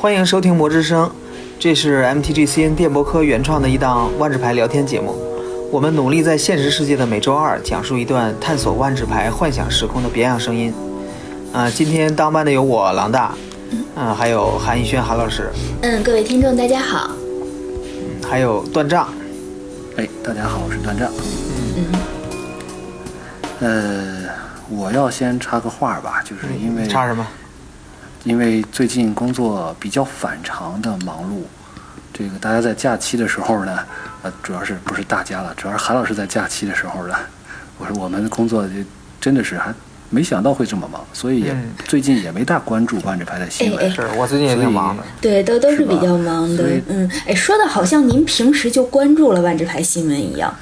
欢迎收听《魔之声》，这是 MTGCN 电波科原创的一档万智牌聊天节目。我们努力在现实世界的每周二讲述一段探索万智牌幻想时空的别样声音。啊、今天当班的有我狼大，嗯、还有韩逸轩韩老师，嗯，各位听众大家好，还有段丈。哎，大家好，我是段战。嗯，呃，我要先插个话吧，就是因为差什么？因为最近工作比较反常的忙碌，这个大家在假期的时候呢，呃，主要是不是大家了，主要是韩老师在假期的时候呢，我说我们的工作就真的是还没想到会这么忙，所以也、嗯最近也没大关注万智牌的新闻。哎哎是我最近也挺忙的。对，都都是是吧比较忙的所以，嗯，哎，说的好像您平时就关注了万智牌新闻一 样，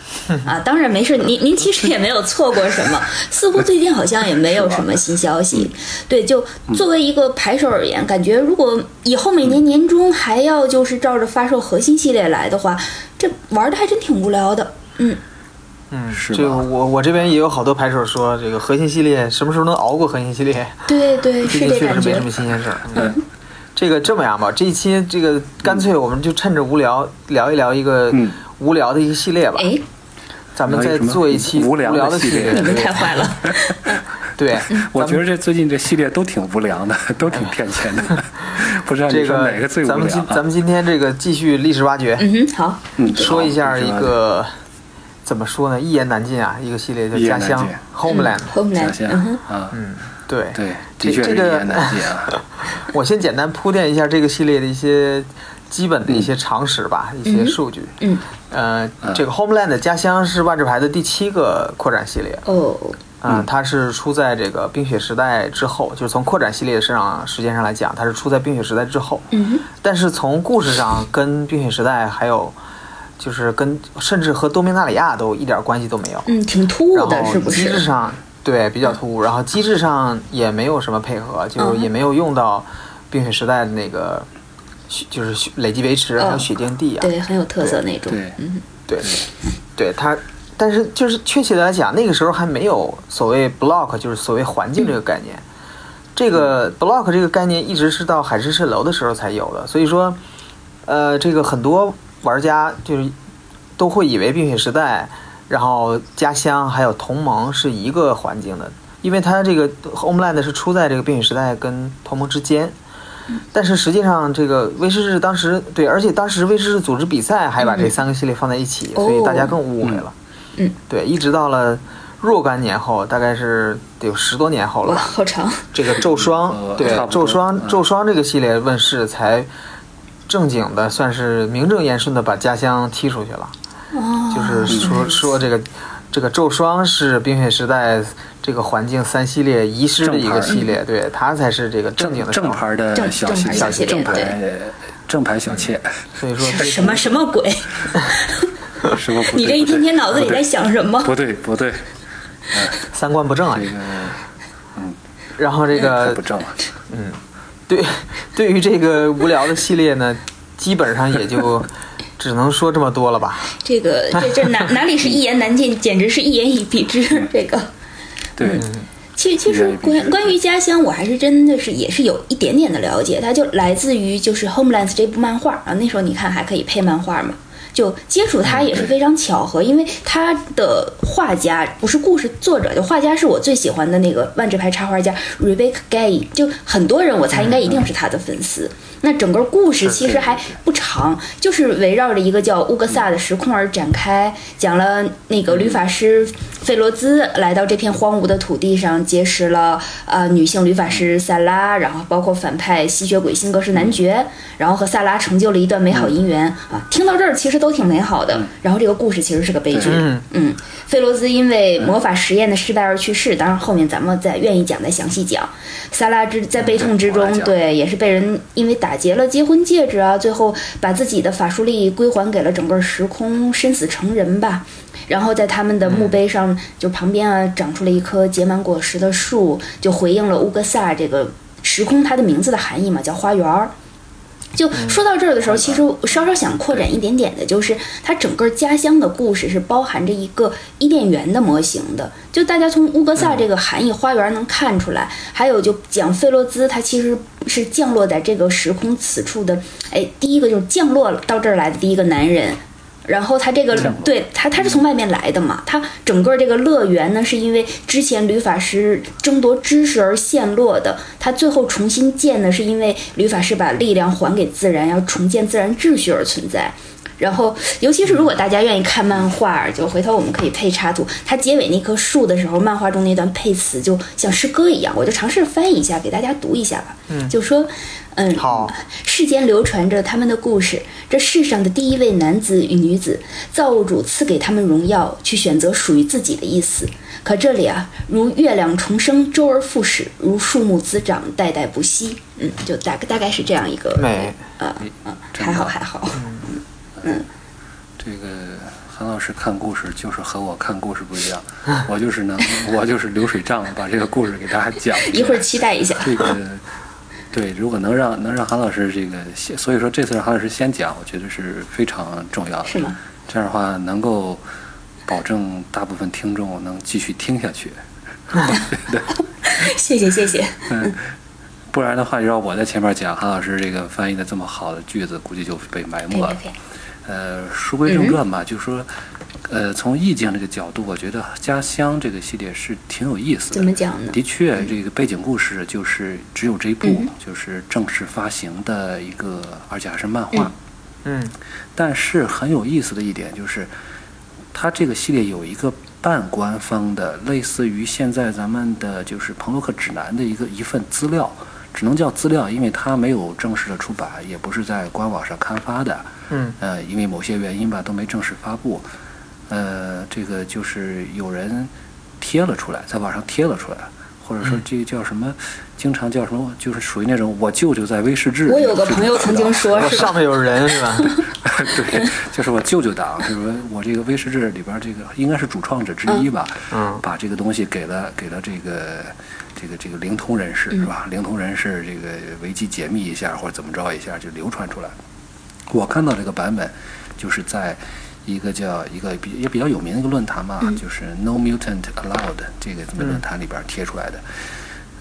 啊，当然没事，您您其实也没有错过什 么，似乎最近好像也没有什么新消息，对，就作为一个牌手而言，感觉如果以后每年年终还要就是照着发售核心系列来的话，这玩的还真挺无聊的，嗯，嗯，是吧就我我这边也有好多牌手说，这个核心系列什么时候能熬过核心系列？对对，是最这近确感实没觉什么，新鲜 事儿。嗯，这个这么样吧，这一期这个干脆我们就趁着无聊聊一聊一个嗯无聊的一个系列吧。 哎，咱们聊再一什么做一期无聊聊的系系列你嗯们太对坏 了，对，我觉得这最近这系列都挺无良的， 都挺骗钱的， 不知道这你说哪个最无咱们良今啊？咱们今天这个继续历史挖掘，嗯哼，好，嗯说一下一，好你个怎么说呢，一言难尽啊，一个系列叫一言家难乡尽 （Homeland）。说吧 Homeland，小嗯哼仙，啊，嗯，对对，这的确这是一个言难尽啊。我先简单铺垫一下这个系列的一些基本的一些常识吧，一些数据。嗯，呃，这个 Homeland 的家乡是万智牌的第七个扩展系列，哦，嗯、它是出在这个冰雪时代之后，就是从扩展系列的上时间上来讲，它是出在冰雪时代之后。嗯哼。但是从故事上跟冰雪时代还有就是跟甚至和多明纳里亚都一点关系都没有，嗯，挺突兀然的，后是不机制是？上对比较突兀，然后机制上也没有什么配合，就嗯也没有用到冰雪时代的那个雪就是雪累积维持还有嗯雪垫地啊，对，很有特色那种。对嗯，对，对它，但是就是确切的来讲，那个时候还没有所谓 block，就是所谓环境这个概念。这个 block 这个概念一直是到海市蜃楼的时候才有的，所以说，呃，这个很多玩家就是都会以为《冰雪时代》，然后家乡还有同盟是一个环境的，因为它这个 Homeland 是出在这个《冰雪时代》跟同盟之间。但是实际上，这个威士忌当时对，而且当时威士忌组织比赛还把这三个系列放在一起，哦所以大家更误会了。嗯，对，一直到了若干年后，大概是得有十多年后了哇，吧。好长。这个咒霜，呃对差不多咒霜，嗯咒霜这个系列问世才正经的，算是名正言顺的把家乡踢出去了。哦，就是说说这个这个咒霜是冰雪时代这个环境三系列遗失的一个正牌儿系列，对，它才是这个 正经正的正招牌的正小正系牌小系列正牌对正牌小妾， 所以说这什么什么鬼？什么不对？ 你这一不对天天脑子里在想什么？不对不对，三观不正啊不对，这个嗯然后这太个不正了。对，对于这个无聊的系列呢，基本上也就只能说这么多了吧。这个这这哪哪里是一言难尽，简直是一言以蔽嗯之。这个，对，嗯其实其一实言以蔽之关关于家乡，我还是真的是也是有一点点的了解，它就来自于就是《Homeland》这部漫画啊。那时候你看还可以配漫画嘛，就接触它也是非常巧合，因为他的画家不是故事作者，就画家是我最喜欢的那个万智牌插画家 Rebecca Gay，就很多人我猜应该一定是他的粉丝。那整个故事其实还不长，就是围绕着一个叫乌格萨的时空而展开，讲了那个旅法师费罗兹来到这片荒芜的土地上，结识了呃女性旅法师萨拉，然后包括反派吸血鬼辛格是男爵，然后和萨拉成就了一段美好姻缘啊。听到这儿其实都挺美好的，然后这个故事其实是个悲剧。嗯嗯，费罗兹因为魔法实验的失败而去世，当然后面咱们再愿意讲再详细讲。萨拉之在悲痛之嗯我来中，讲对，也是被人因为打劫了结婚戒指啊，最后把自己的法术力归还给了整个时空，身死成人吧。然后在他们的嗯墓碑上，就旁边啊长出了一棵结满果实的树，就回应了乌格萨这个时空它的名字的含义嘛，叫花园儿。就说到这儿的时候，其实我稍稍想扩展一点点的，就是它整个家乡的故事是包含着一个伊甸园的模型的。就大家从乌格萨这个含义花园能看出来，还有就讲费洛兹，它其实是降落在这个时空此处的。哎，第一个就是降落到这儿来的第一个男人，然后他这个降落对他他是从外面来的嘛，他整个这个乐园呢，是因为之前吕法师争夺知识而陷落的，他最后重新建呢，是因为吕法师把力量还给自然，要重建自然秩序而存在。然后，尤其是如果大家愿意看漫画，就回头我们可以配插图。它结尾那棵树的时候，漫画中那段配词就像诗歌一样，我就尝试翻译一下给大家读一下吧。嗯，就说，嗯，好， 世间流传着他们的故事。这世上的第一位男子与女子，造物主赐给他们荣耀，去选择属于自己的意思。可这里啊，如月亮重生，周而复始，如树木滋长，代代不息。嗯，就大大概是这样一个。美，呃，嗯，真还好嗯棒还好。这个韩老师看故事就是和我看故事不一样，嗯我就是能，我就是流水账，把这个故事给大家讲 一会儿期待一下。这个对，如果能让能让韩老师这个先，所以说这次让韩老师先讲，我觉得是非常重要的。是吗？这样的话能够保证大部分听众能继续听下去，谢谢谢谢，不然的话，要我在前面讲，韩老师这个翻译的这么好的句子，估计就被埋可以没可了以。可以，呃，书嗯归正传吧，就是说，呃，从意境这个角度，我觉得家乡这个系列是挺有意思的。怎么讲呢？嗯的确，这个背景故事就是只有这一部，嗯就是正式发行的一个，而且还是漫画。嗯嗯，但是很有意思的一点就是，它这个系列有一个半官方的，类似于现在咱们的就是朋洛克指南的一个一份资料，只能叫资料，因为它没有正式的出版，也不是在官网上刊发的。嗯，呃，因为某些原因吧，都没正式发布。呃，这个就是有人贴了出来，在网上贴了出来，或者说这个叫什么，经常叫什么，就是属于那种我舅舅在威士忌。我有个朋友曾经说，是上吧？面有人是 吧？ 对，就是我舅舅党，就是说我这个威士忌里边儿这个应该是主创者之一吧，嗯把这个东西给了给了这个这个这个灵通人士是吧？嗯灵通人士这个维基解密一下或者怎么着一下就流传出来。我看到这个版本，就是在一个叫一个比也比较有名的一个论坛嘛，嗯就是 No Mutant Allowed 这个这么论坛里边儿贴出来的。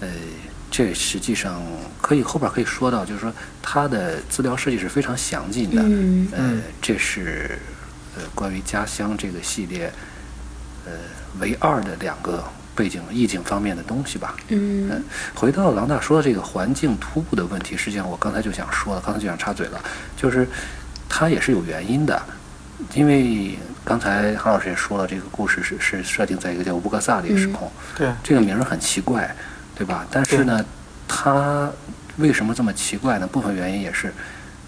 呃，这实际上可以后边儿可以说到，就是说它的资料设计是非常详尽的。嗯呃，这是呃关于家乡这个系列呃唯二的两个背景意境方面的东西吧。呃嗯，回到郎大说的这个环境突兀的问题，实际上我刚才就想说了，刚才就想插嘴了，就是它也是有原因的，因为刚才韩老师也说了，这个故事是是设定在一个叫乌格萨的一个时嗯空，对，这个名儿很奇怪，对吧？但是呢，它为什么这么奇怪呢？部分原因也是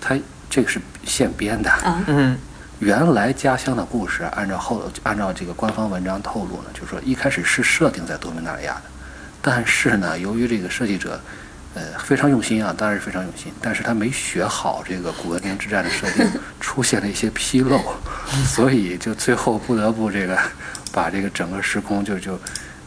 它这个是现编的，啊，嗯原来家乡的故事，按照后按照这个官方文章透露呢，就是说一开始是设定在多米纳里亚的，但是呢，由于这个设计者，呃，非常用心啊，当然是非常用心，但是他没学好这个古文明之战的设定，出现了一些纰漏，所以就最后不得不这个把这个整个时空就就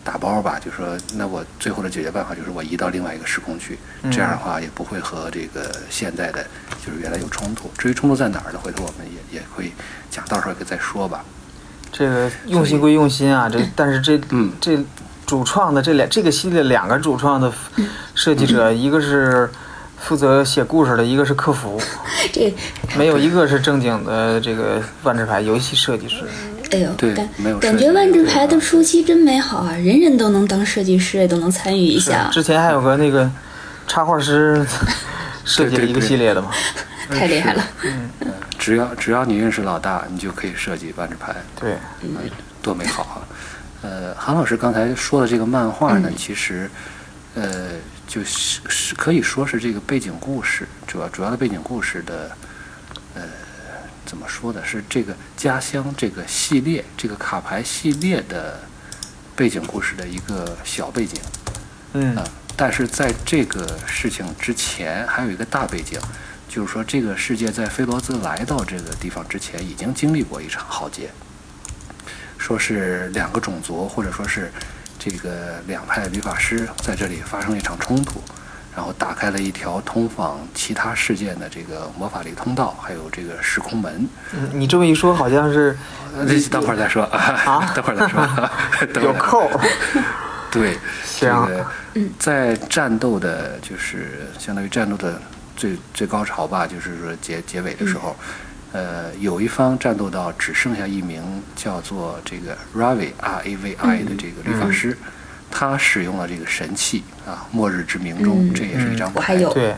打包吧，就说那我最后的解决办法就是我移到另外一个时空去，这样的话也不会和这个现在的就是原来有冲突。至于冲突在哪儿呢？回头我们也也会讲，到时候也再说吧。这个用心归用心啊，这但是这、嗯这主创的这两这个系列两个主创的设计者，一个是负责写故事的，一个是客服，这，没有一个是正经的这个万智牌游戏设计师。哎呦，对感没有设感计啊觉万智对牌的初期真美好啊，人人都能当设计师，也都能参与一是啊下，之前还有个那个插画师设计了一个系列的嘛，太厉害了。只要只要你认识老大，你就可以设计万智牌。对，嗯，多美好啊！呃，韩老师刚才说的这个漫画呢，其实，呃，就是是可以说是这个背景故事，主要主要的背景故事的，呃，怎么说呢？是这个家乡这个系列，这个卡牌系列的背景故事的一个小背景。嗯啊，但是在这个事情之前，还有一个大背景，就是说这个世界在菲罗兹来到这个地方之前，已经经历过一场浩劫，说是两个种族，或者说是这个两派旅法师在这里发生了一场冲突，然后打开了一条通往其他世界的这个魔法类通道，还有这个时空门。嗯你这么一说，好像是呃这等会儿再说 啊，等会儿再说，等会有儿再说扣儿。对，这行个嗯在战斗的，就是相当于战斗的最最高潮吧，就是说结结尾嗯的时候，呃，有一方战斗到只剩下一名叫做这个 Ravi R A V I 的这个嗯律法师，他使用了这个神器啊，末日之鸣钟，嗯这也是一张我还牌，有对，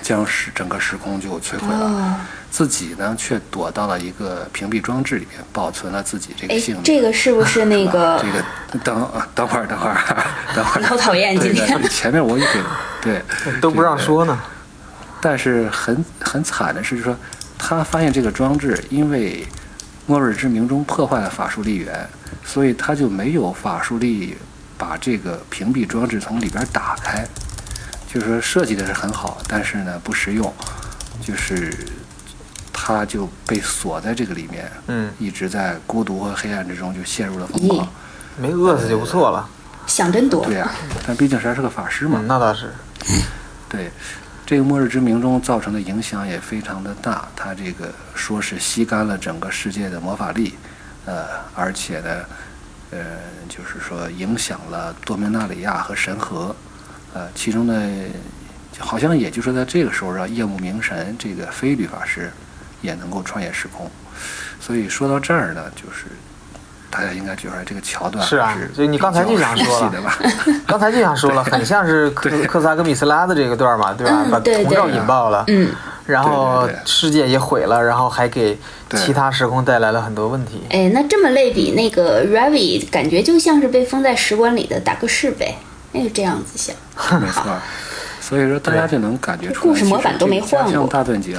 将时整个时空就摧毁了。哦，自己呢，却躲到了一个屏蔽装置里面，保存了自己这个哎性，命。这个是不是那个这个等等会儿，等会儿，啊 等会儿。你好讨厌对哎今天对前面我也给对都不让。这个说呢。但是很很惨的是说，他发现这个装置因为末日之鸣中破坏了法术力源，所以他就没有法术力把这个屏蔽装置从里边打开。就是说设计的是很好，但是呢不实用，就是他就被锁在这个里面，嗯，一直在孤独和黑暗之中，就陷入了疯狂咦。没饿死就不错了。想真多？对呀、啊但毕竟谁是个法师嘛。嗯，那倒是。对，这个末日之鸣中造成的影响也非常的大，它这个说是吸干了整个世界的魔法力，呃，而且呢，呃，就是说影响了多明纳里亚和神河，呃，其中呢，好像也就是在这个时候让夜幕冥神这个非律法师也能够穿越时空，所以说到这儿呢，就是。大家应该觉得这个桥段是啊还就你刚才就想比较说熟了悉的 吧？刚才就想说了，很像是科科萨跟米斯拉的这个段儿嘛，对吧？嗯把对红罩对引爆了，嗯，然后对对对世界也毁了，然后还给对其他时空带来了很多问题。哎，那这么类比，那个 Ravi 感觉就像是被封在使馆里的达克士呗，那就这样子呃想。 没错儿，所以说大家就能感觉出故来，事其模实板都这没个换家乡过大断节，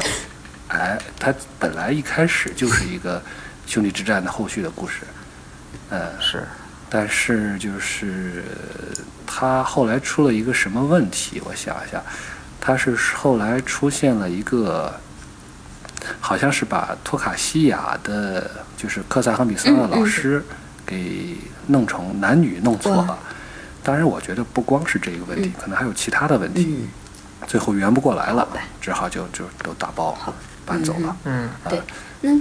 哎，它本来一开始就是一个兄弟之战的后续的故事，呃，是，但是就是呃它后来出了一个什么问题？我想一下，它是后来出现了一个，好像是把托卡西亚的，就是科萨和米斯拉的嗯嗯老师给弄成男女弄错哇了。当然，我觉得不光是这个问题，可能还有其他的问题。嗯，最后圆不过来了好吧，只好就就都打包搬走了。呃嗯，对，那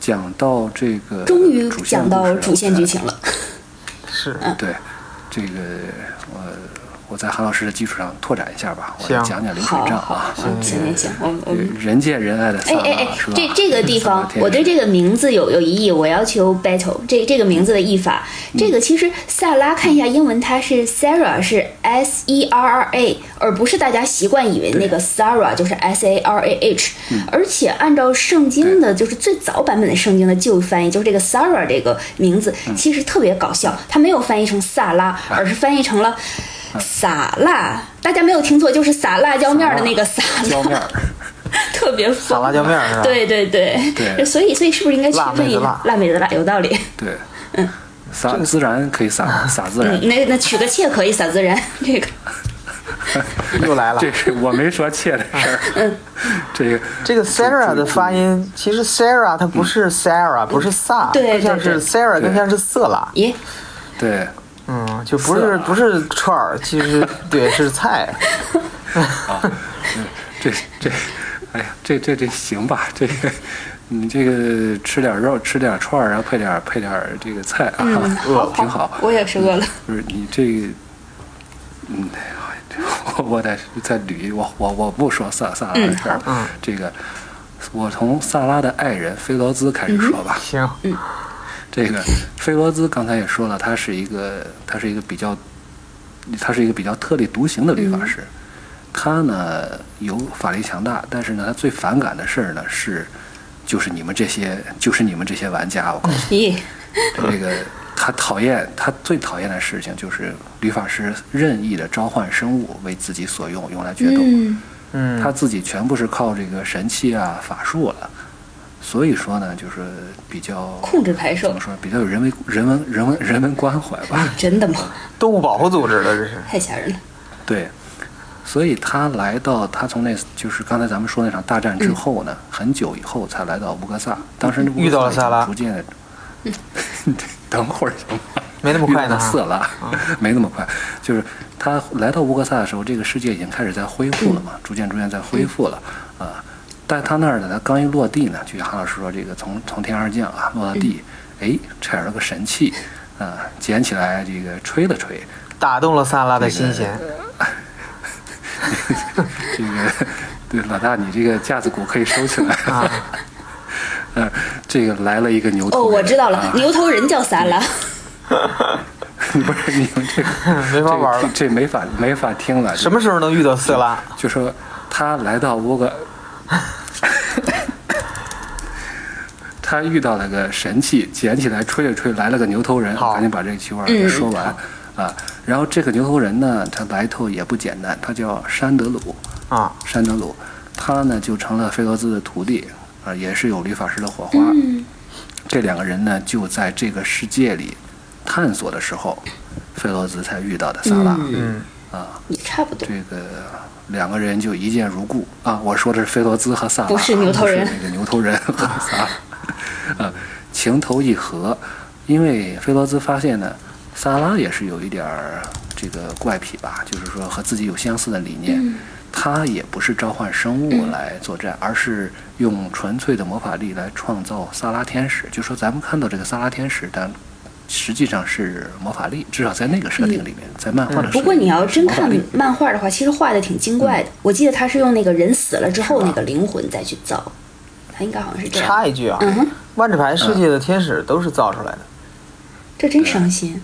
讲到这个，终于主线讲到故事主线了剧情了。 是，对，这个我我在韩老师的基础上拓展一下吧，我行讲讲流水好账好啊好，，行行行，我我们。人见人爱的哎萨哎哎拉是，吧这？这个地萨拉方，天使我对这个名字有有异议，我要求 battle 这这个名字的译法。嗯这个其实萨拉看一下英文，它是 Sarah 是 S E R R A，而不是大家习惯以为那个 Sarah 就是 S A R A H。而嗯且按照圣经的，就是最早版本的圣经的旧翻译，就是这个 Sarah 这个名字嗯其实特别搞笑，它没有翻译成萨拉，而是翻译成了嗯撒辣。大家没有听错，就是撒辣椒面儿的那个撒浇面辣， 儿，特别疯。撒辣椒面儿是吧？，对对对，对所以所以是不是应该区辣分妹一子下辣辣妹子辣？有道理。 对，撒孜然可以撒撒孜然嗯，，那那取个妾可以撒孜然， 这个又来了。这是我没说切的事嗯儿，这个这个 Sarah 的发音，其实 Sarah 它不是 Sarah，不是萨，对更像对是对 Sarah，对更像是色拉。咦，对。嗯，就不是色拉不是串儿，其实对是菜。这这，哎呀，这这这行吧，这个你这个吃点肉，吃点串儿，然后配点配点这个菜啊，嗯 好挺好。我也是饿了。不是你这个，嗯，我我得再捋，我我我不说萨萨拉的事儿了，嗯这个我从萨拉的爱人菲罗兹开始说吧。行，这个菲罗兹刚才也说了，他是一个他是一个比较，他是一个比较特立独行的律法师。他呢有法力强大，但是呢他最反感的事儿呢是，就是你们这些就是你们这些玩家，我嗯告诉你，咦，这个他讨厌他最讨厌的事情就是律法师任意的召唤生物为自己所用，用来决斗。嗯，嗯，他自己全部是靠这个神器啊、法术了、所以说呢，就是比较控制牌怎手么，说，比较有人文人文人文人文关怀吧。真的吗？动物保护组织的这是。太吓人了。对，所以他来到他从那就是刚才咱们说那场大战嗯之后呢，很久以后才来到乌格萨，当时那乌格遇到了萨拉嗯 已经逐渐的，等会儿行吗？没那么快呢嗯遇到了色拉， 没那么快。就是他来到乌克萨的时候，这个世界已经开始在恢复了嘛，嗯逐渐逐渐在恢复了啊。但他那儿呢，他刚一落地呢，据韩老师说，这个从从天而降啊，落到地，嗯哎，踩了个神器啊，捡起来这个吹了吹，打动了萨拉的心弦。这个对老大，你这个架子鼓可以收起来。 啊，嗯、这个来了一个牛头哦，人我知道啊嗯了，牛头人叫萨拉，不是 你们这个 没法玩这了个、。这没法没法听了。什么时候能遇到色拉？就说他来到乌克， 他遇到了个神器，捡起来吹了吹，来了个牛头人。好嗯我赶紧把这个句话给说完、啊。然后这个牛头人呢，他来头也不简单，他叫山德鲁。啊，山德鲁，他呢就成了费罗兹的徒弟，啊、也是有理发师的火花。嗯，这两个人呢，就在这个世界里探索的时候，费罗兹才遇到的萨拉。嗯，也差不多。这个两个人就一见如故啊！我说的是菲罗兹和萨拉，不是牛头人不是那个牛头人和萨拉，啊，情投意合，因为菲罗兹发现呢，萨拉也是有一点儿这个怪癖吧，就是说和自己有相似的理念。嗯他也不是召唤生物来作战，而是用纯粹的魔法力来创造萨拉天使。就说咱们看到这个萨拉天使，但实际上是魔法力，至少在那个设定里面，在漫画的设定里面是魔法力。嗯不过你要真看嗯漫画的话，其实画的挺精怪的。我记得他是用那个人死了之后那个灵魂再去造，他应该好像是这样。插一句啊，嗯哼，万智牌世界的天使都是造出来的，这真伤心。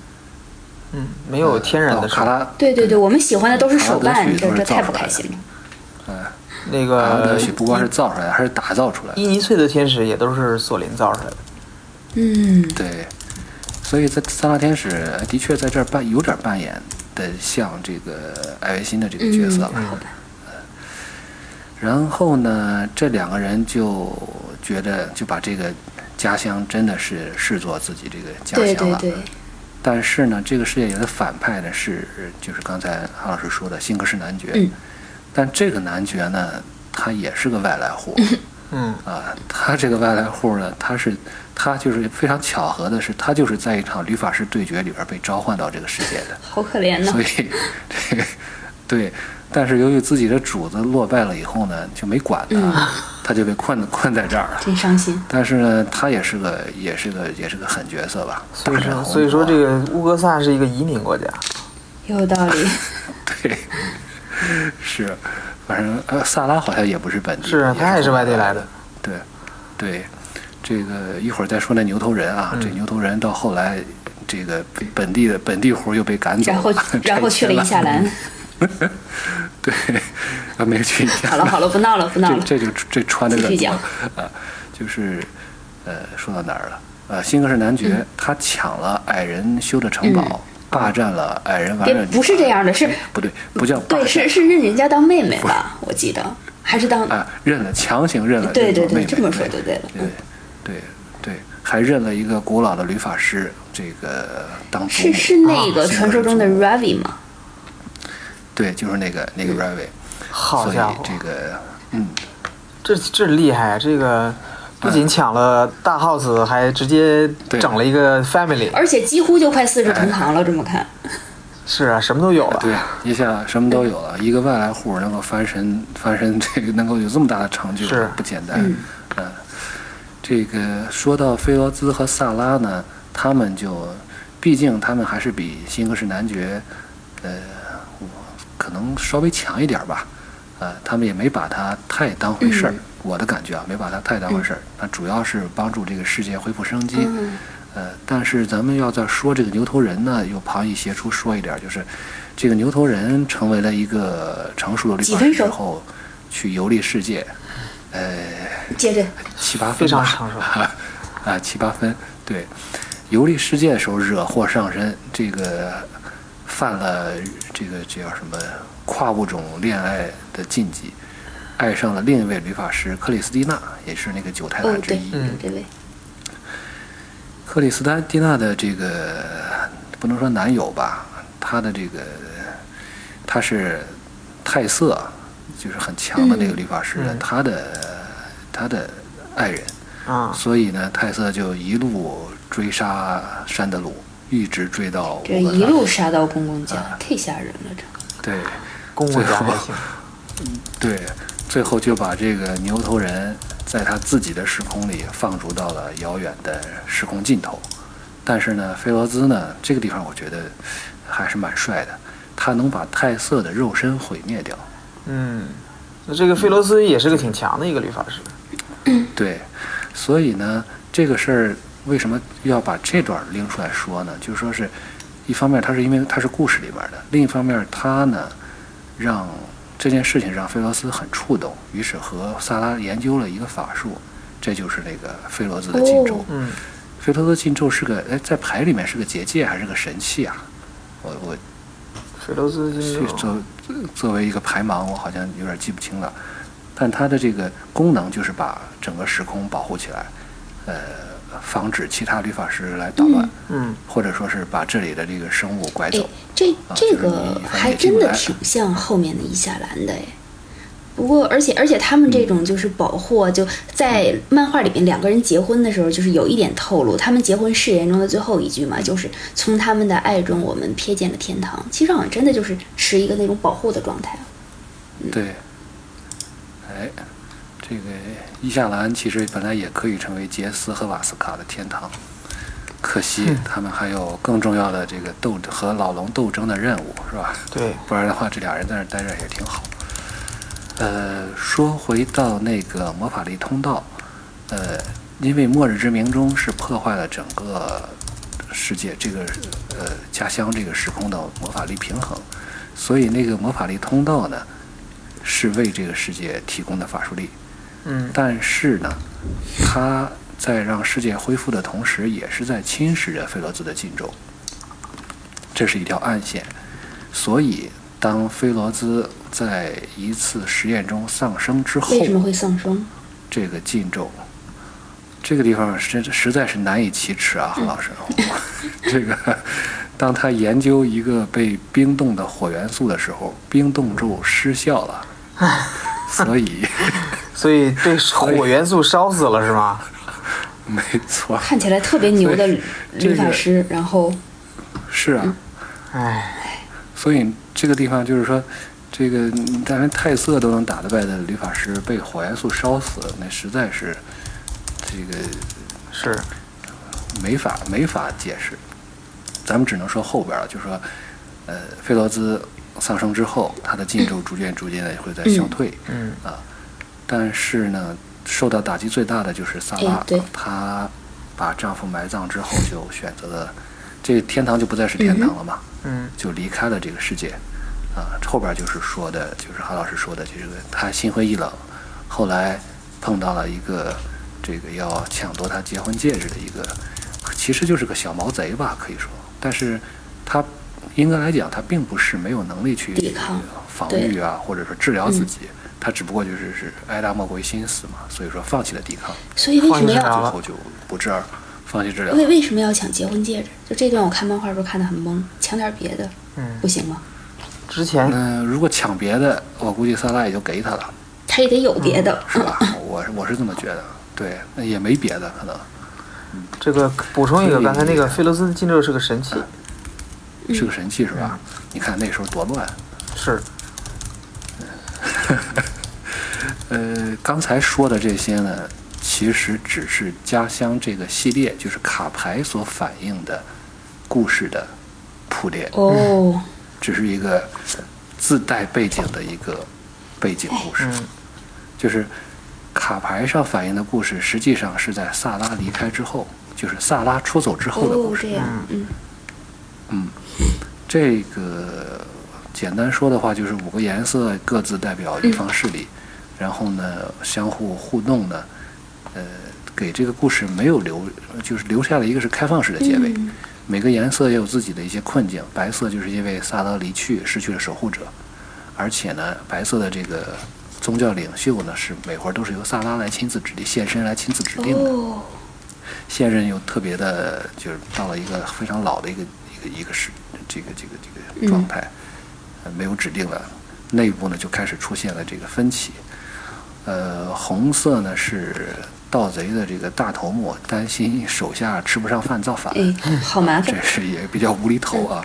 嗯，没有天然的哦卡事。拉对嗯对对，我们喜欢的都是手卡拉德办，许这都是这造太不出来开的心了。那卡拉个德许不光是造出来的，还是打造出来的。伊尼翠的天使也都是索林造出来的。嗯，对，所以在三大天使的确在这儿扮有点扮演的像这个艾维辛的这个角色了。嗯好吧，然后呢，这两个人就觉得就把这个家乡真的是视作自己这个对家乡对了。对，但是呢，这个世界里的反派呢是，就是刚才韩老师说的辛格士男爵。嗯但这个男爵呢，他也是个外来 户。嗯，啊，他这个外来户呢，他是他就是非常巧合的是，他就是在一场旅法师对决里边被召唤到这个世界的，好可怜所呐。以这个对，但是由于自己的主子落败了以后呢，就没管他，嗯他就被困困在这儿了。真伤心。但是呢，他也是个也是个也是个狠角色吧，所以大展说宏所以说图啊这个乌格萨是一个移民国家。有道 理，对，是，反正呃，萨拉好像也不是本地是啊人，他也是外地来的。对，对，这个一会儿再说那牛头人啊，嗯这牛头人到后来，这个被本地的本地胡又被赶走然了， 后然后去了一伊夏兰。 对，啊，没去一下好了好了，不闹了不 闹了。这这 就这穿的有继续点讲多啊，就是呃，说到哪儿了？呃，辛格士男爵、嗯他抢了矮人修的城堡，霸占了矮人玩别的女嗯不是孩这样的是不对，不叫霸对，占是是认人家当妹妹吧？我记得还是当啊，认了，强行认了对这对个对，妹妹，这么说就对了。对嗯对对，还认了一个古老的旅法师，这个当祖是母是那个传说中的啊 Ravi 吗？对，就是那个那个 Ravi，、好所以家伙，这个嗯，这这厉害！啊这个不仅抢了大 house，还直接对整了一个 family。而且几乎就快四世哎同堂了，这么看，是啊，什么都有了。对，一下什么都有了，一个外来户能够翻身翻身，这个能够有这么大的成就是不简单，嗯、这个说到菲罗兹和萨拉呢，他们就，毕竟他们还是比辛格士男爵，呃，我可能稍微强一点吧，呃，他们也没把他太当回事儿，嗯我的感觉啊，没把他太当回事儿。那主要是帮助这个世界恢复生机，嗯呃，但是咱们要在说这个牛头人呢，又旁逸斜出说一点儿，就是这个牛头人成为了一个成熟的律几法分师之熟后，去游历世界，呃。接着七八分吧非常长寿 啊，七八分。对，游历世界的时候惹祸上身，这个犯了这个这叫什么跨物种恋爱的禁忌，爱上了另一位女法师克里斯蒂娜，也是那个九台哦男之对一。，有这位克里斯丹蒂娜的这个不能说男友吧，他的这个他是泰瑟，就是很强的那个嗯理发师的，他的他的爱人，啊，所以呢，泰瑟就一路追杀山德鲁，一直追到我啊这们一那儿路杀到公共家，太吓人了，这。对公共家还行，对，最后就把这个牛头人在他自己的时空里放逐到了遥远的时空尽头。但是呢，菲罗兹呢，这个地方我觉得还是蛮帅的，他能把泰瑟的肉身毁灭掉。嗯，那这个费罗斯也是个挺强的一个律法师，对，所以呢，这个事儿为什么要把这段儿拎出来说呢？就说是一方面，它是因为它是故事里边儿的；另一方面，它呢让这件事情让菲罗斯很触动，于是和萨拉研究了一个法术，这就是那个菲罗兹的禁咒。哦嗯，菲罗兹禁咒是个哎，在牌里面是个结界还是个神器啊？我我费罗斯是金作作为一个排盲，我好像有点记不清了。但它的这个功能就是把整个时空保护起来，呃，防止其他律法师来捣乱，嗯，或者说是把这里的这个生物拐哎走。，这啊这就是个你反正还也进真不的来挺像后面的伊夏兰的哎。不过，而且而且他们嗯这种就是保护啊，就在漫画里面两个人结婚的时候，就是有一点透露，他们结婚誓言中的最后一句嘛，就是从他们的爱中我们瞥见了天堂。其实好像真的就是持一个那种保护的状态啊。对，哎，这个伊夏兰其实本来也可以成为杰斯和瓦斯卡的天堂，可惜他们还有更重要的这个斗和老龙斗争的任务，是吧？对，不然的话，这俩人在那儿待着也挺好。呃，说回到那个魔法力通道，呃，因为末日之明中是破坏了整个世界这个呃家乡这个时空的魔法力平衡，所以那个魔法力通道呢，是为这个世界提供的法术力。嗯，但是呢，它在让世界恢复的同时，也是在侵蚀着菲罗兹的禁咒。这是一条暗线，所以当菲罗兹在一次实验中丧生之后为，什么会丧生？这个禁咒，这个地方实实在是难以启齿啊，嗯何老师。 这个，当他研究一个被冰冻的火元素的时候，冰冻咒失效了，啊所以。所以被火元素烧死了是吗？没错，看起来特别牛的所以这理发个师，然后是啊，哎，所以这个地方就是说，这个你但连泰瑟都能打得败的吕法师被火元素烧死，那实在是这个是，没法没法解释。咱们只能说后边了，就是说，呃，费罗兹丧生之后，他的禁咒逐渐逐渐的会在消退，嗯啊，但是呢，受到打击最大的就是萨拉哎，对她把丈夫埋葬之后就选择了，这天堂就不再是天堂了嘛，嗯就离开了这个世界，啊，后边就是说的，就是韩老师说的，就是他心灰意冷，后来碰到了一个这个要抢夺他结婚戒指的一个，其实就是个小毛贼吧，可以说，但是他应该来讲，他并不是没有能力去呃抵抗防对嗯御啊，或者说治疗自己，他只不过就是是哀大莫过于心死嘛，所以说放弃了抵抗，所以为什么换一个要好最了后就不治而放弃治疗。为为什么要抢结婚戒指？就这段我看漫画的时候看得很懵，抢点别的嗯不，行吗？之前那如果抢别的，我估计萨拉也就给他了。他也得有别的。是吧？ 我是我是这么觉得，对，那也没别的可能，这个补充一个，对刚才那个费罗斯的禁咒是个神器，是个神器是吧？你看那时候多乱。是，呃，刚才说的这些呢，其实只是家乡这个系列，就是卡牌所反映的故事的铺垫，哦，只是一个自带背景的一个背景故事。嗯就是卡牌上反映的故事，实际上是在萨拉离开之后，就是萨拉出走之后的故哦，事。这样，嗯，这个简单说的话，就是五个颜色各自代表一方势嗯力，然后呢相互互动呢，呃，给这个故事没有留，就是留下了一个是开放式的结尾。嗯每个颜色也有自己的一些困境，白色就是因为萨德离去失去了守护者，而且呢，白色的这个宗教领袖呢是每回都是由萨拉来亲自指定现身来亲自指定的。哦，现任又特别的，就是到了一个非常老的一个一个一个是这个这个这个状态，呃没有指定了。内部呢就开始出现了这个分歧。呃，红色呢是盗贼的这个大头目担心手下吃不上饭造反，哎，好麻这烦。是也比较无厘头啊。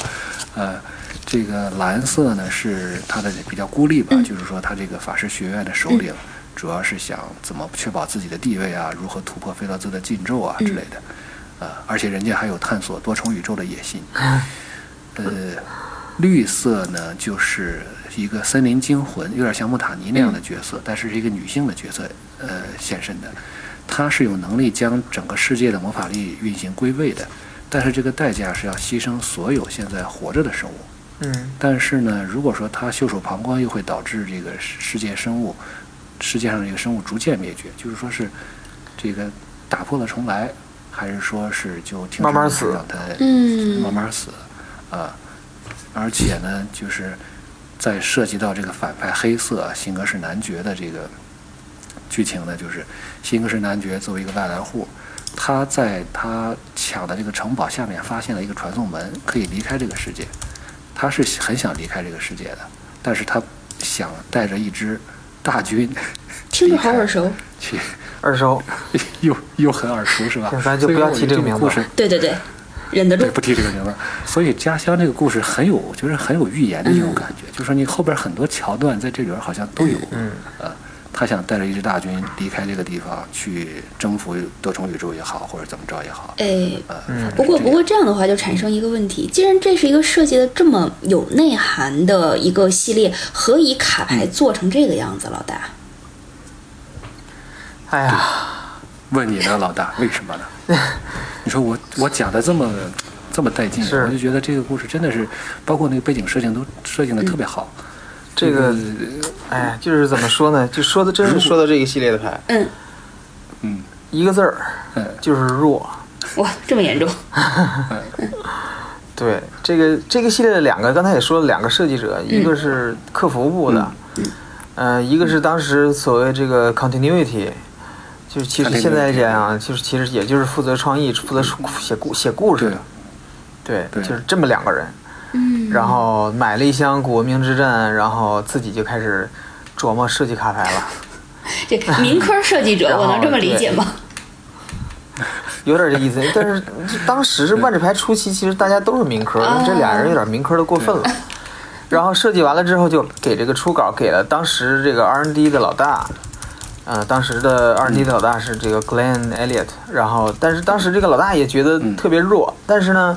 呃，这个蓝色呢是他的比较孤立吧，就是说他这个法师学院的首领，主要是想怎么确保自己的地位啊，如何突破费洛兹的禁咒啊之类的。呃，而且人家还有探索多重宇宙的野心。呃，绿色呢就是一个森林惊魂，有点像穆塔尼那样的角色，但是是一个女性的角色，呃，现身的。她是有能力将整个世界的魔法力运行归位的，但是这个代价是要牺牲所有现在活着的生物。嗯但是呢，如果说他袖手旁观，又会导致这个世世界生物，世界上这个生物逐渐灭绝，就是说是这个打破了重来，还是说是就停止慢慢历史死让它嗯慢慢死啊？而且呢，就是在涉及到这个反派黑色啊辛格是男爵的这个剧情呢，就是辛格是男爵作为一个外来户，他在他抢的这个城堡下面发现了一个传送门，可以离开这个世界。他是很想离开这个世界的，但是他想带着一支大军听着好耳熟。去，二收， 又又很耳熟是吧？反正就所以不要我提觉得这个个名故字事对对对，忍得住对，。不提这个名字。所以家乡这个故事很有，就是很有寓言的这种感觉，就是说你后边很多桥段在这里边好像都有。嗯，呃，他想带着一支大军离开这个地方，去征服多重宇宙也好，或者怎么着也好。哎，呃，嗯不过这不过这样的话就产生一个问题，既然这是一个设计的这么有内涵的一个系列，何以卡牌做成这个样子，老大？哎呀，问你呢，老大，为什么呢？你说我我讲的这么这么带劲，是我就觉得这个故事真的是，包括那个背景设定都设定的特别好。这个，哎呀，就是怎么说呢？就说的真是说到这个系列的牌，嗯，嗯一个字儿嗯就是弱。哇，这么严重？对，这个这个系列的两个，刚才也说了两个设计者，一个是客服部的，呃，一个是当时所谓这个 continuity，就是其实 Continuity 现在讲啊，就是其实也就是负责创意、负责书写故写故事的，对，对就是这么两个人。嗯，然后买了一箱《古文明之战》，然后自己就开始琢磨设计卡牌了，这民科设计者，然后我能这么理解吗？有点这意思。但是当时是万智牌初期，其实大家都是民科啊，这俩人有点民科的过分了。然后设计完了之后，就给这个初稿给了当时这个 R&D 的老大，呃，当时的 R&D 的老大是这个 Glenn Elliot，然后但是当时这个老大也觉得特别弱，但是呢，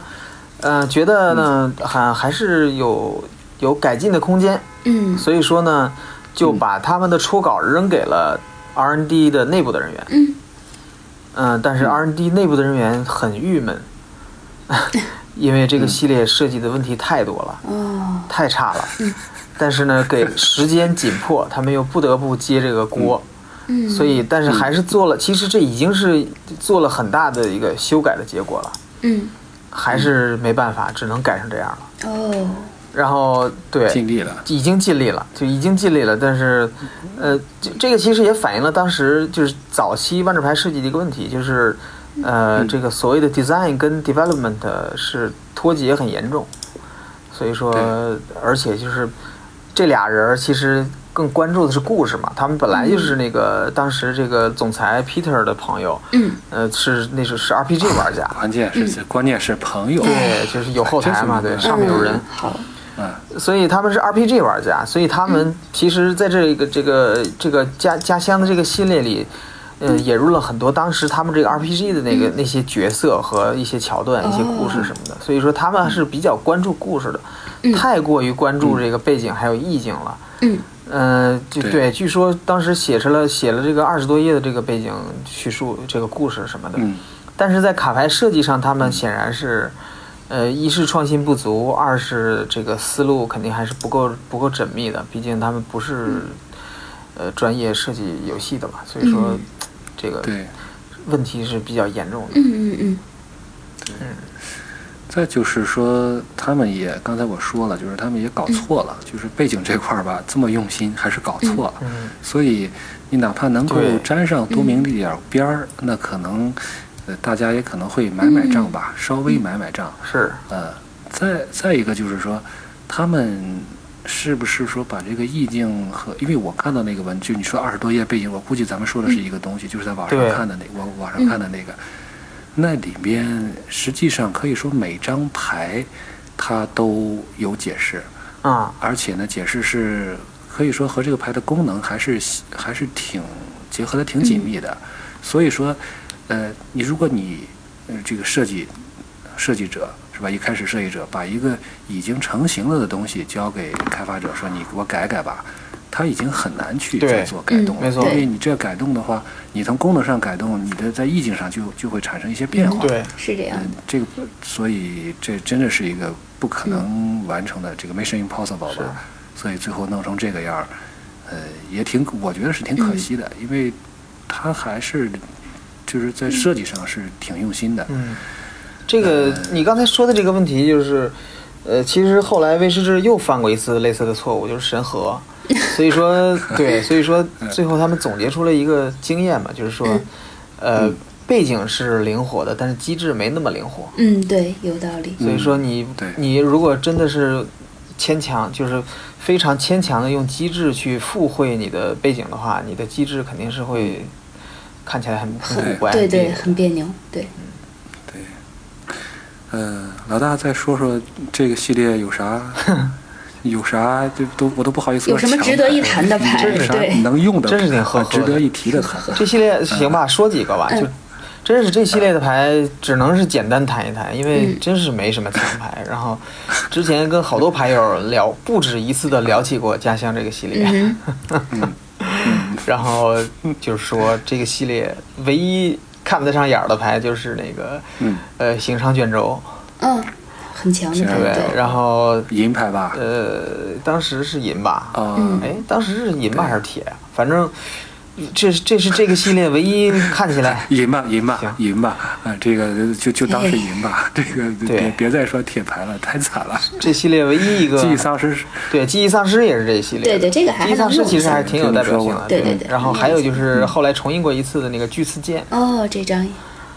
呃，觉得呢还还是有有改进的空间，嗯所以说呢，就把他们的初稿扔给了 R&D 的内部的人员。嗯嗯、但是 R&D 内部的人员很郁 闷，因为这个系列设计的问题太多了，哦，太差了。但是呢，给时间紧迫，他们又不得不接这个锅，嗯，所以但是还是做了。其实这已经是做了很大的一个修改的结果了，嗯还是没办法，只能改成这样了。哦，然后对，对尽力了。已经尽力了，就已经尽力了，但是，呃，这这个其实也反映了当时就是早期万智牌设计的一个问题，就是，呃，这个所谓的 design 跟 development 是脱节很严重，所以说对，而且就是这俩人儿其实更关注的是故事嘛，他们本来就是那个、当时这个总裁 Peter 的朋友，嗯呃，是那是是 RPG 玩家，关键是、关键是朋友，对，就是有后台嘛，真对，是上面有人。嗯好，嗯，所以他们是 RPG 玩家，所以他们其实在这个这个这个家家乡的这个系列里，呃，引入了很多当时他们这个 RPG 的那个那些角色和一些桥段、一些故事什么的。所以说他们是比较关注故事的，太过于关注这个背景还有意境了。嗯嗯，就对对，据说当时写成了写了这个二十多页的这个背景叙述、这个故事什么的。嗯，但是在卡牌设计上，他们显然是，呃，一是创新不足，二是这个思路肯定还是不够不够缜密的，毕竟他们不是，嗯呃，专业设计游戏的嘛，所以说、嗯这个对。问题是比较严重的。嗯嗯嗯再就是说，他们也刚才我说了，就是他们也搞错了，就是背景这块儿吧，这么用心还是搞错了。嗯所以你哪怕能够对沾上多明一点儿边儿，那可能呃大家也可能会买买账吧，稍微买买账。是，呃，再再一个就是说，他们是不是说把这个意境和，因为我看到那个文，就你说二十多页背景，我估计咱们说的是一个东西，就是在网上对看的那网网上看的那个，那里边实际上可以说每张牌它都有解释，啊，而且呢，解释是可以说和这个牌的功能还是还是挺结合的挺紧密的。所以说，呃，你如果你呃这个设计设计者是吧，一开始设计者把一个已经成型了的东西交给开发者说你给我改改吧。他已经很难去对嗯再做改动了，没错因为你这改动的话，你从功能上改动，你的在意境上就就会产生一些变化。对，是这样的嗯，这个所以这真的是一个不可能完成的这个 Mission Impossible 是吧，所以最后弄成这个样儿，呃，也挺我觉得是挺嗯可惜的，因为它还是就是嗯在设计上是挺用心的，嗯，这个你刚才说的这个问题就是，呃，其实后来威士忌又犯过一次类似的错误，就是神和。所以说，对，所以说最后他们总结出了一个经验嘛，就是说，呃，背景是灵活的，但是机制没那么灵活。嗯，对，有道理。所以说你对你如果真的是牵强，就是非常牵强的用机制去附会你的背景的话，你的机制肯定是会看起来很很古怪。对对，很很别扭。对，对，呃，老大再说说这个系列 有啥，有啥就都我都不好意思有说什强么拍，值得一谈 的牌有啥对能用的，真是挺呵啊呵值的得一 提的牌。 这系列行吧，说几个吧，嗯就真是这系列的牌只能是简单谈一谈，因嗯为真是没什么强牌。然后之前跟好多牌友聊，不止一次的聊起过家乡这个系列，嗯 然后就是说这个系列唯一看得上眼儿的牌就是那个，嗯呃，行商卷轴，哼，嗯，很强的行牌，对，对，然后银牌吧，呃，当时是银吧，啊、嗯哎，当时是银吧还是铁啊？反正这是这是这个系列唯一看起来。银吧，银吧行，银吧，啊、这个就就当是银吧，这个别 对别再说铁牌了，太惨了。这系列唯一一个记忆丧失是，对，记忆丧失也是这一系列的。对对这个还记忆丧失其实还是挺有代表性的。对对对嗯然后还有就是后来重印过一次的那个巨刺剑，哦，这张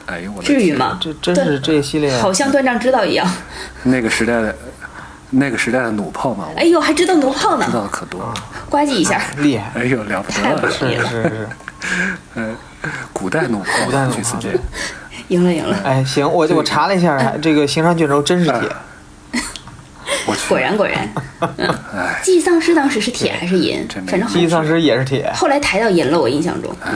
哎呦我的至于天，吗？啊这真是这一系列好像断章指导一样。那个时代的，那个时代的弩炮嘛，哎呦，还知道弩炮我知道呢，的可多啊了。呱唧一下。厉害。哎呦，了不太得不了！是是是，古代弩炮，古代弩炮这次对这，赢了，赢了，哎，行，我我查了一下，哎这个行商卷轴真是铁，哎我去，果然 果然。哎，记忆丧尸当时是铁还是银？真没反正好记忆丧失也是铁。后来抬到银了，我印象中，嗯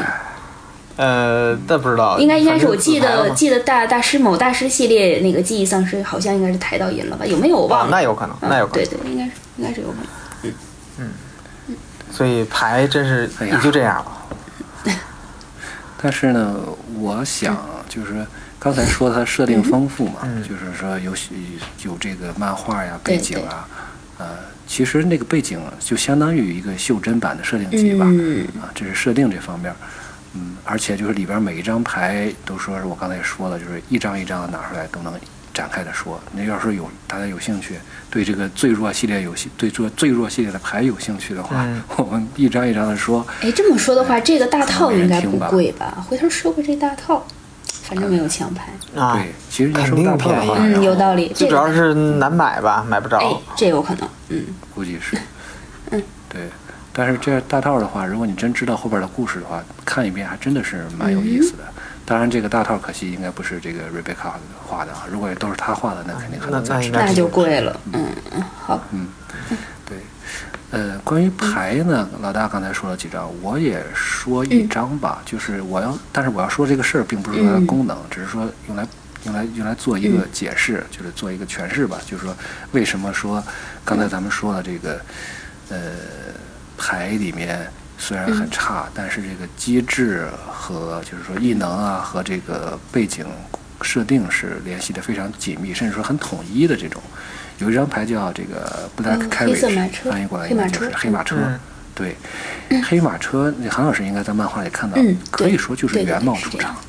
呃，但不知道，应该应该是我记反正自裁得了嘛记得大大师某大师系列那个记忆丧尸好像应该是抬到银了吧？有没有我哦忘，了？那有可能，嗯那有可对能。对，应该是应该是有可能。所以牌真是哎呀也就这样了。但是呢，我想就是说刚才说它嗯设定丰富嘛，嗯就是说有许有这个漫画呀、对背景啊，呃，其实那个背景就相当于一个袖珍版的设定集吧，嗯啊，这是设定这方面儿。嗯，而且就是里边每一张牌都说是我刚才也说了，就是一张一张的拿出来都能展开的说。那要是有大家有兴趣，对这个最弱系列有兴对这最弱系列的牌有兴趣的话，嗯我们一张一张的说。哎，这么说的话，这个大套应该不听吧贵吧？回头收个这大套，反正没有强牌。啊，对，其实你肯说大定炮的便宜话，哎嗯，然有后道理。最这主个要是难买吧，买不着。哎，这有可能。嗯，估计是，嗯，对。但是这大套的话，如果你真知道后边的故事的话，看一遍还真的是蛮有意思的。嗯当然，这个大套可惜应该不是这个瑞贝卡画的啊，如果都是他画的，那肯定还那能再那吃应。该那就贵了。嗯嗯，好。对，呃，关于牌呢，老大刚才说了几张，我也说一张吧，就是我要，但是我要说这个事儿，并不是说它的功能，只是说用来用来用来做一个解释，就是做一个诠释吧，就是说为什么说刚才咱们说了这个，呃，牌里面。虽然很差，但是这个机制和就是说异能啊和这个背景设定是联系的非常紧密，甚至说很统一的这种。有一张牌叫这个 Black 嗯 Carriage，、黑色马车翻译过来黑马应该就是车黑马车。嗯对，黑马车，那韩老师应该在漫画里看到，嗯可以对说就是对对原对貌是出这样场，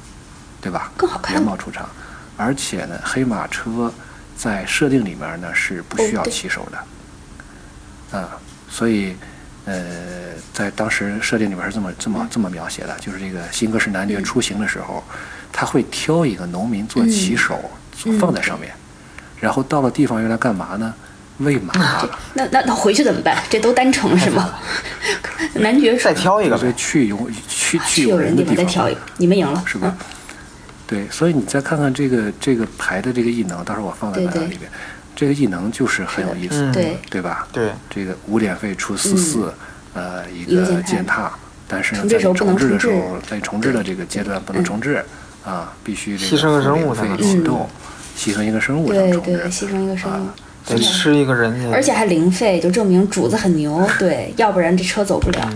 对吧？更好看原了貌出场，而且呢，黑马车在设定里面呢是不哦需要对骑手的。啊，所以，呃，在当时设定里边是这么这嗯么这么描写的，就是这个新歌市男爵出行的时候，他会挑嗯一个农民做骑手，做放在上面，然后到了地方用来干嘛呢？喂嗯马了。那那那回去怎么办？这都单程是吗？男爵说再挑一个所以呗。去有去去去有人人地的方地再方挑一个，你们赢了，是不是嗯，？对，所以你再看看这个这个牌的这个异能，到时候我放在对文案对里边，这个异能就是很有意思，嗯对，嗯对吧？对，这五点费除四四，呃，一一个个践踏践踏，但是呢，重置在时候你不能重置的时重置嗯候，在重置的这个阶段不能重置啊，必须这牺牲个个生五物点才能费启动，牺牲一个生物才能嗯对重对，置，牺牲一个生命，得吃一个人去。而且还零费，就证明主子很牛，对，要不然这车走不了。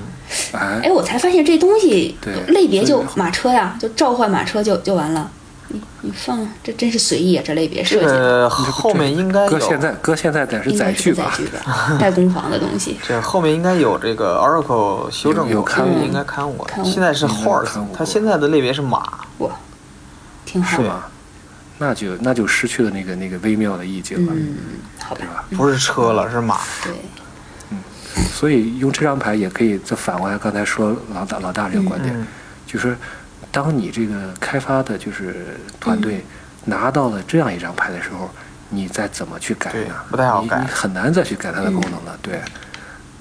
哎哎，，我才发现这东西对类别就所以马车呀，就召唤马车就就完了。你你放这真是随意啊，这类别这设计的。个后面应该搁有，现在搁现在得是应该呃载是具载吧具？吧，代工房的东西。这后面应该有这个 Oracle 修正过，有有刊物应该刊过刊。物现在是应该有 Horse，刊物过它现在的类别是马。哇，挺好是。吗？那就那就失去了那个那个微妙的意境了。嗯，好吧，不是车嗯了，是马。对，所以用这张牌也可以再反过来，刚才说老大老大这个观点，嗯就是当你这个开发的就是团队拿到了这样一张牌的时候，你再怎么去改对呢？不太好你改你很难再去改它的功能了。对，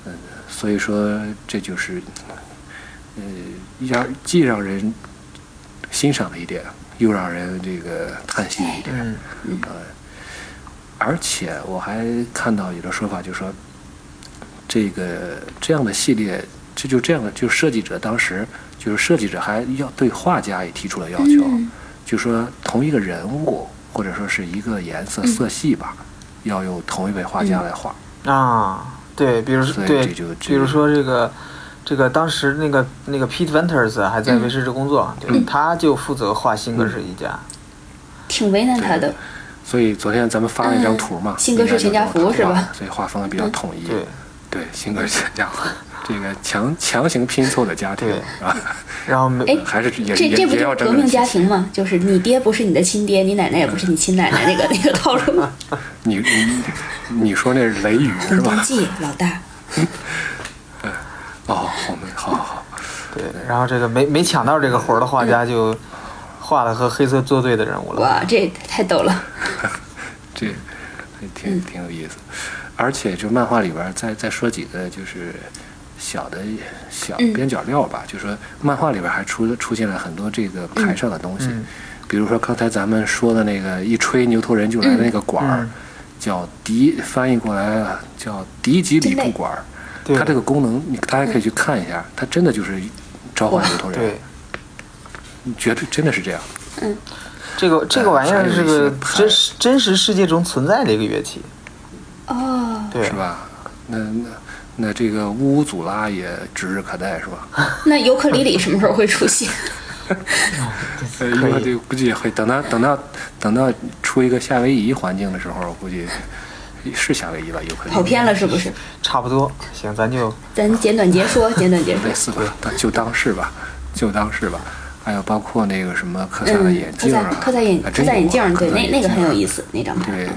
嗯，所以说这就是呃让既让人欣赏的一点，又让人这个叹息的一点。嗯，而且我还看到有的说法，就说这个这样的系列，这就这样的，就设计者当时就是设计者还要对画家也提出了要求，嗯就说同一个人物或者说是一个颜嗯色色系吧，要由同一位画家来画。啊，对，比如所说以对这就，这比如说这个，这个当时那个那个 Pete Venters 啊还嗯在威士忌工作，对，他就负责画辛格士一家。挺为难他的。所以昨天咱们发了一张图嘛，嗯性格是全家福是吧？所以画风比较统嗯一。对，对，性格是全家福，这个强强行拼凑的家庭对啊，然后没哎还是也这也这不也就要是革争论命自己家庭吗？就是你爹不是你的亲爹，你奶奶也不是你亲奶奶，那个那个 套路。你你你说那是雷雨是《红吧灯？记》老 大，哦，我们好好好，对，然后这个没没抢到这个活儿的画家就画了和黑色作对的人物了。嗯哇，这太逗了。这还挺挺有意思。而且就漫画里边儿再再说几个就是小的小嗯边角料吧，就说漫画里边儿还出出现了很多这个牌上的东西，嗯比如说刚才咱们说的那个一吹牛头人就来的那个管儿。嗯叫迪，翻译过来啊叫迪吉里布管儿，对它这个功能你大家可以去看一下，它真的就是召唤哇牛头人，对，绝对真的是这样。这个这个玩意还有儿是一些个牌真实真实世界中存在的一个乐器。哦，对是，吧？那那那这个乌祖拉也指日可待，是吧？那尤克里里什么时候会出现？ 呃，可以因为这个估计也会等到等到等到出一个夏威夷环境的时候，估计是夏威夷吧，有可能跑偏了是不是？差不多。行，咱就咱简短截 说，简短截说类。似吧，但就当是吧，就当是吧。还有包括那个什么嗯科萨的眼科镜萨啊，科萨眼还科真萨有眼啊镜儿，科对，萨那眼那个镜很儿有啊意思，那张牌。对，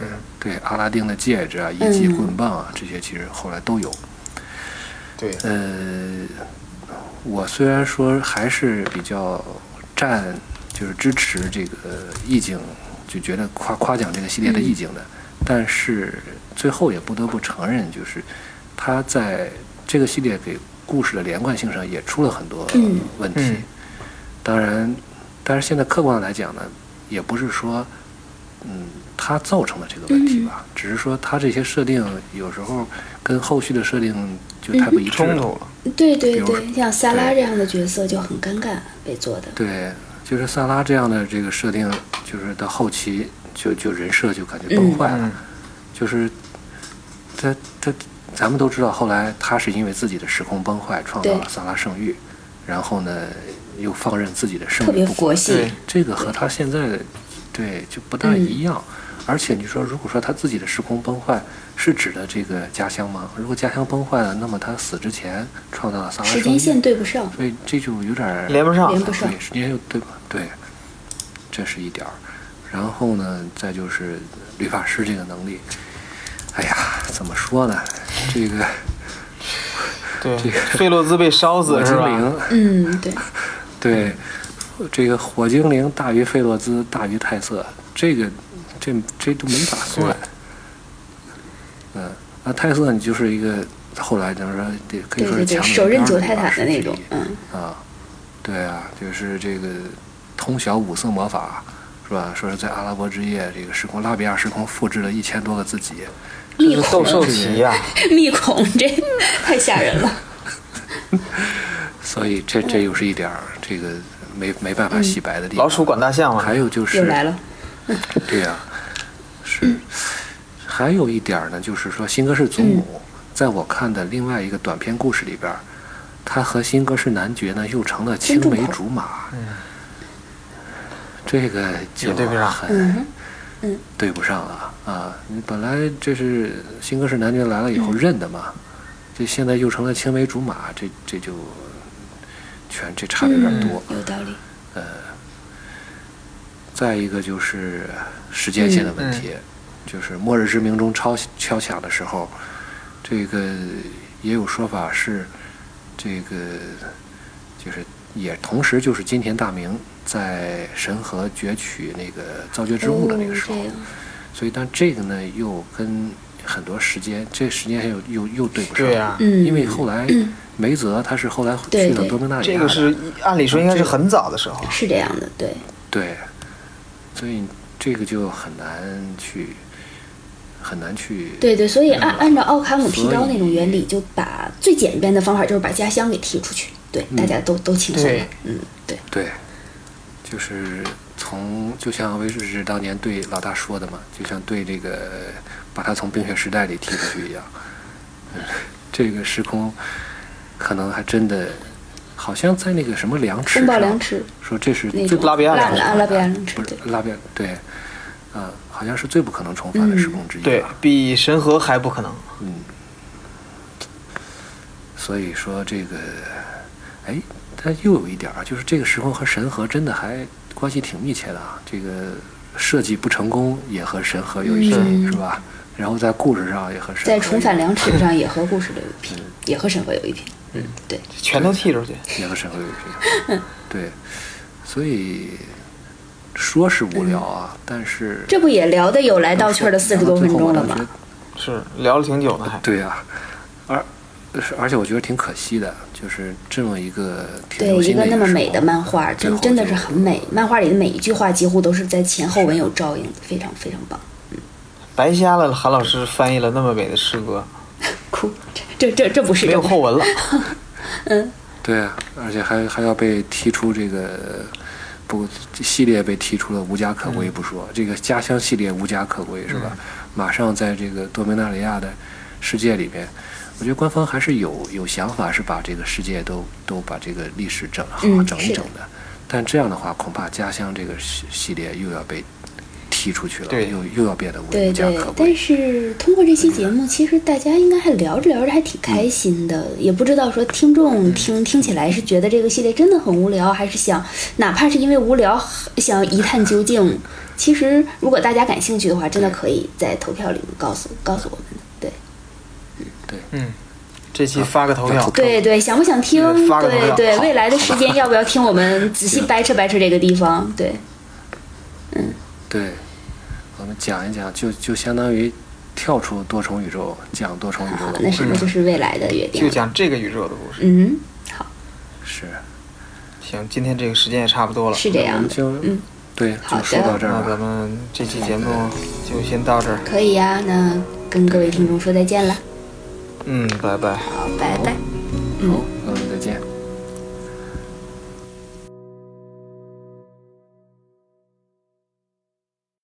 嗯对，阿拉丁的戒指啊，以及棍棒啊，这些其实后来都有。对呃，我虽然说还是比较站，就是支持这个意境，就觉得夸夸奖这个系列的意境的，但是最后也不得不承认，就是他在这个系列给故事的连贯性上也出了很多嗯问题。嗯当然，但是现在客观来讲呢，也不是说，嗯，它造成了这个问题嗯吧，只是说它这些设定有时候跟后续的设定就太不一致嗯冲了。突了。对对比如对，说像萨拉对嗯这样的角色就很尴尬被做的。对，就是萨拉这样的这个设定，就是到后期就就人设就感觉崩坏了，嗯，就是他他咱们都知道，后来他是因为自己的时空崩坏创造对了萨拉圣域，然后呢又放任自己的圣特别域不佛管，系对，这个和他现在的对就不大一样。而且你说，如果说他自己的时空崩坏是指的这个家乡吗？如果家乡崩坏了，那么他死之前创造了萨拉时圣间域，线对不上，所以这就有点儿连不上连。不上对，时间又对吧？对，这是一点儿。然后呢，再就是理发师这个能力，哎呀，怎么说呢？这个对这个，费洛兹被烧火死精是吧？灵，嗯，对，对，这个火精灵大于费洛兹大于泰瑟，这个这这都没法算嗯是。泰瑟你就是一个后来怎么说，对可以对说对是对，强手刃九九泰坦的那种，嗯，啊，对啊，就是这个通晓五色魔法，是吧？说是在阿拉伯之夜，这个时空拉比亚时空复制了一千多个自己，密斗孔兽棋呀、 密孔， 这太吓人了。所以这这又是一点儿这个没没办法洗白的地方。老鼠管大象嘛还，有嗯就又是，来了，对呀、是。还有一点儿呢，就是说辛格氏祖母，在我看的另外一个短篇故事里边儿，他和辛格氏男爵呢又成了青梅竹马，嗯这个就也对不上很嗯哼，对不上了啊！你本来这是新格式男爵来了以后认的嘛，这现在又成了青梅竹马，这这就全这差的有嗯点多。有道理。再一个就是时间线的问嗯题，就是《末日之鸣》中敲敲响的时候，这个也有说法是这个就是也同时就是金田大明在神河攫取那个造绝之物的那个时候。啊哦这样所以，但这个呢，又跟很多时间，这时间又又又对不上。对啊呀嗯因为后来梅泽他是后来对去了对多明纳里亚这的，个是按理说应该是很早的时候，是这样的，对，对，所以这个就很难去很难去对对，所以按按照奥卡姆剃刀所以那种原理，就把最简便的方法就是把家乡给踢出去，对，嗯大家都都轻松了对，嗯，对，对，就是从就像威士忌当年对老大说的嘛，就像对这个把他从冰雪时代里踢出去一样，嗯这个时空可能还真的好像在那个什么量尺宫保上，良尺说这是那最种不拉比亚拉两尺啊拉比亚两尺，不是对，拉比亚对，啊、好像是最不可能重返嗯的时空之一对吧。比神河还不可能。嗯所以说这个，哎，它又有一点儿，啊就是这个时空和神河真的还关系挺密切的啊。这个设计不成功也和神河有一拼，是吧？然后在故事上也和神河在有嗯重返良 尺上也和故事里有一嗯拼，也和审核有一拼，嗯，对，全都踢出去，也和神河有一拼，对。所以说是无聊啊，但是嗯这不也聊的有来道去儿的四十多分钟了然后最后我倒觉吗得？是聊了挺久呢，还对呀、而是而且我觉得挺可惜的，就是这么一个挺对流一行个的那么时美候的漫画，最真后真的就是很美。漫画里的每一句话几乎都是在前后文有照应，非常非常棒。白瞎了。韩老师翻译了那么美的诗歌，哭，这这这不是没这有不是后文了。对啊，而且还还要被踢出这个不系列被踢出了无家可归嗯不说，这个家乡系列无家可归是吧？马上在这个多明纳里亚的世界里面，我觉得官方还是有有想法，是把这个世界都都把这个历史整好、嗯整是一的整的。但这样的话，恐怕家乡这个系系列又要被踢出去了，对又又要变得无对无家对可，但归。是通过这期节嗯目，其实大家应该还聊着聊着还挺开心的，嗯也不知道说听众听听起来是觉得这个系列真的很无聊，还是想哪怕是因为无聊想一探究竟。其实如果大家感兴趣的话，真的可以在投票里面告诉告诉我们的。对对，嗯，这期发个投票啊，对对，想不想听？嗯发个投对票对，好未来的时间要不要听我们仔细掰扯掰扯这个地方？对，对，我们讲一讲，就就相当于跳出多重宇宙，讲多嗯重宇宙好的，那故是事那就是未来的约定就了。讲这个宇宙的故事。嗯，好，是，行，今天这个时间也差不多了，是这我样们的，就嗯，对，好就的说到这儿那吧咱。们这期节目就先到这儿。可以呀、那跟各位听众说再见了。嗯，拜拜。好，拜拜。好，各位再见。嗯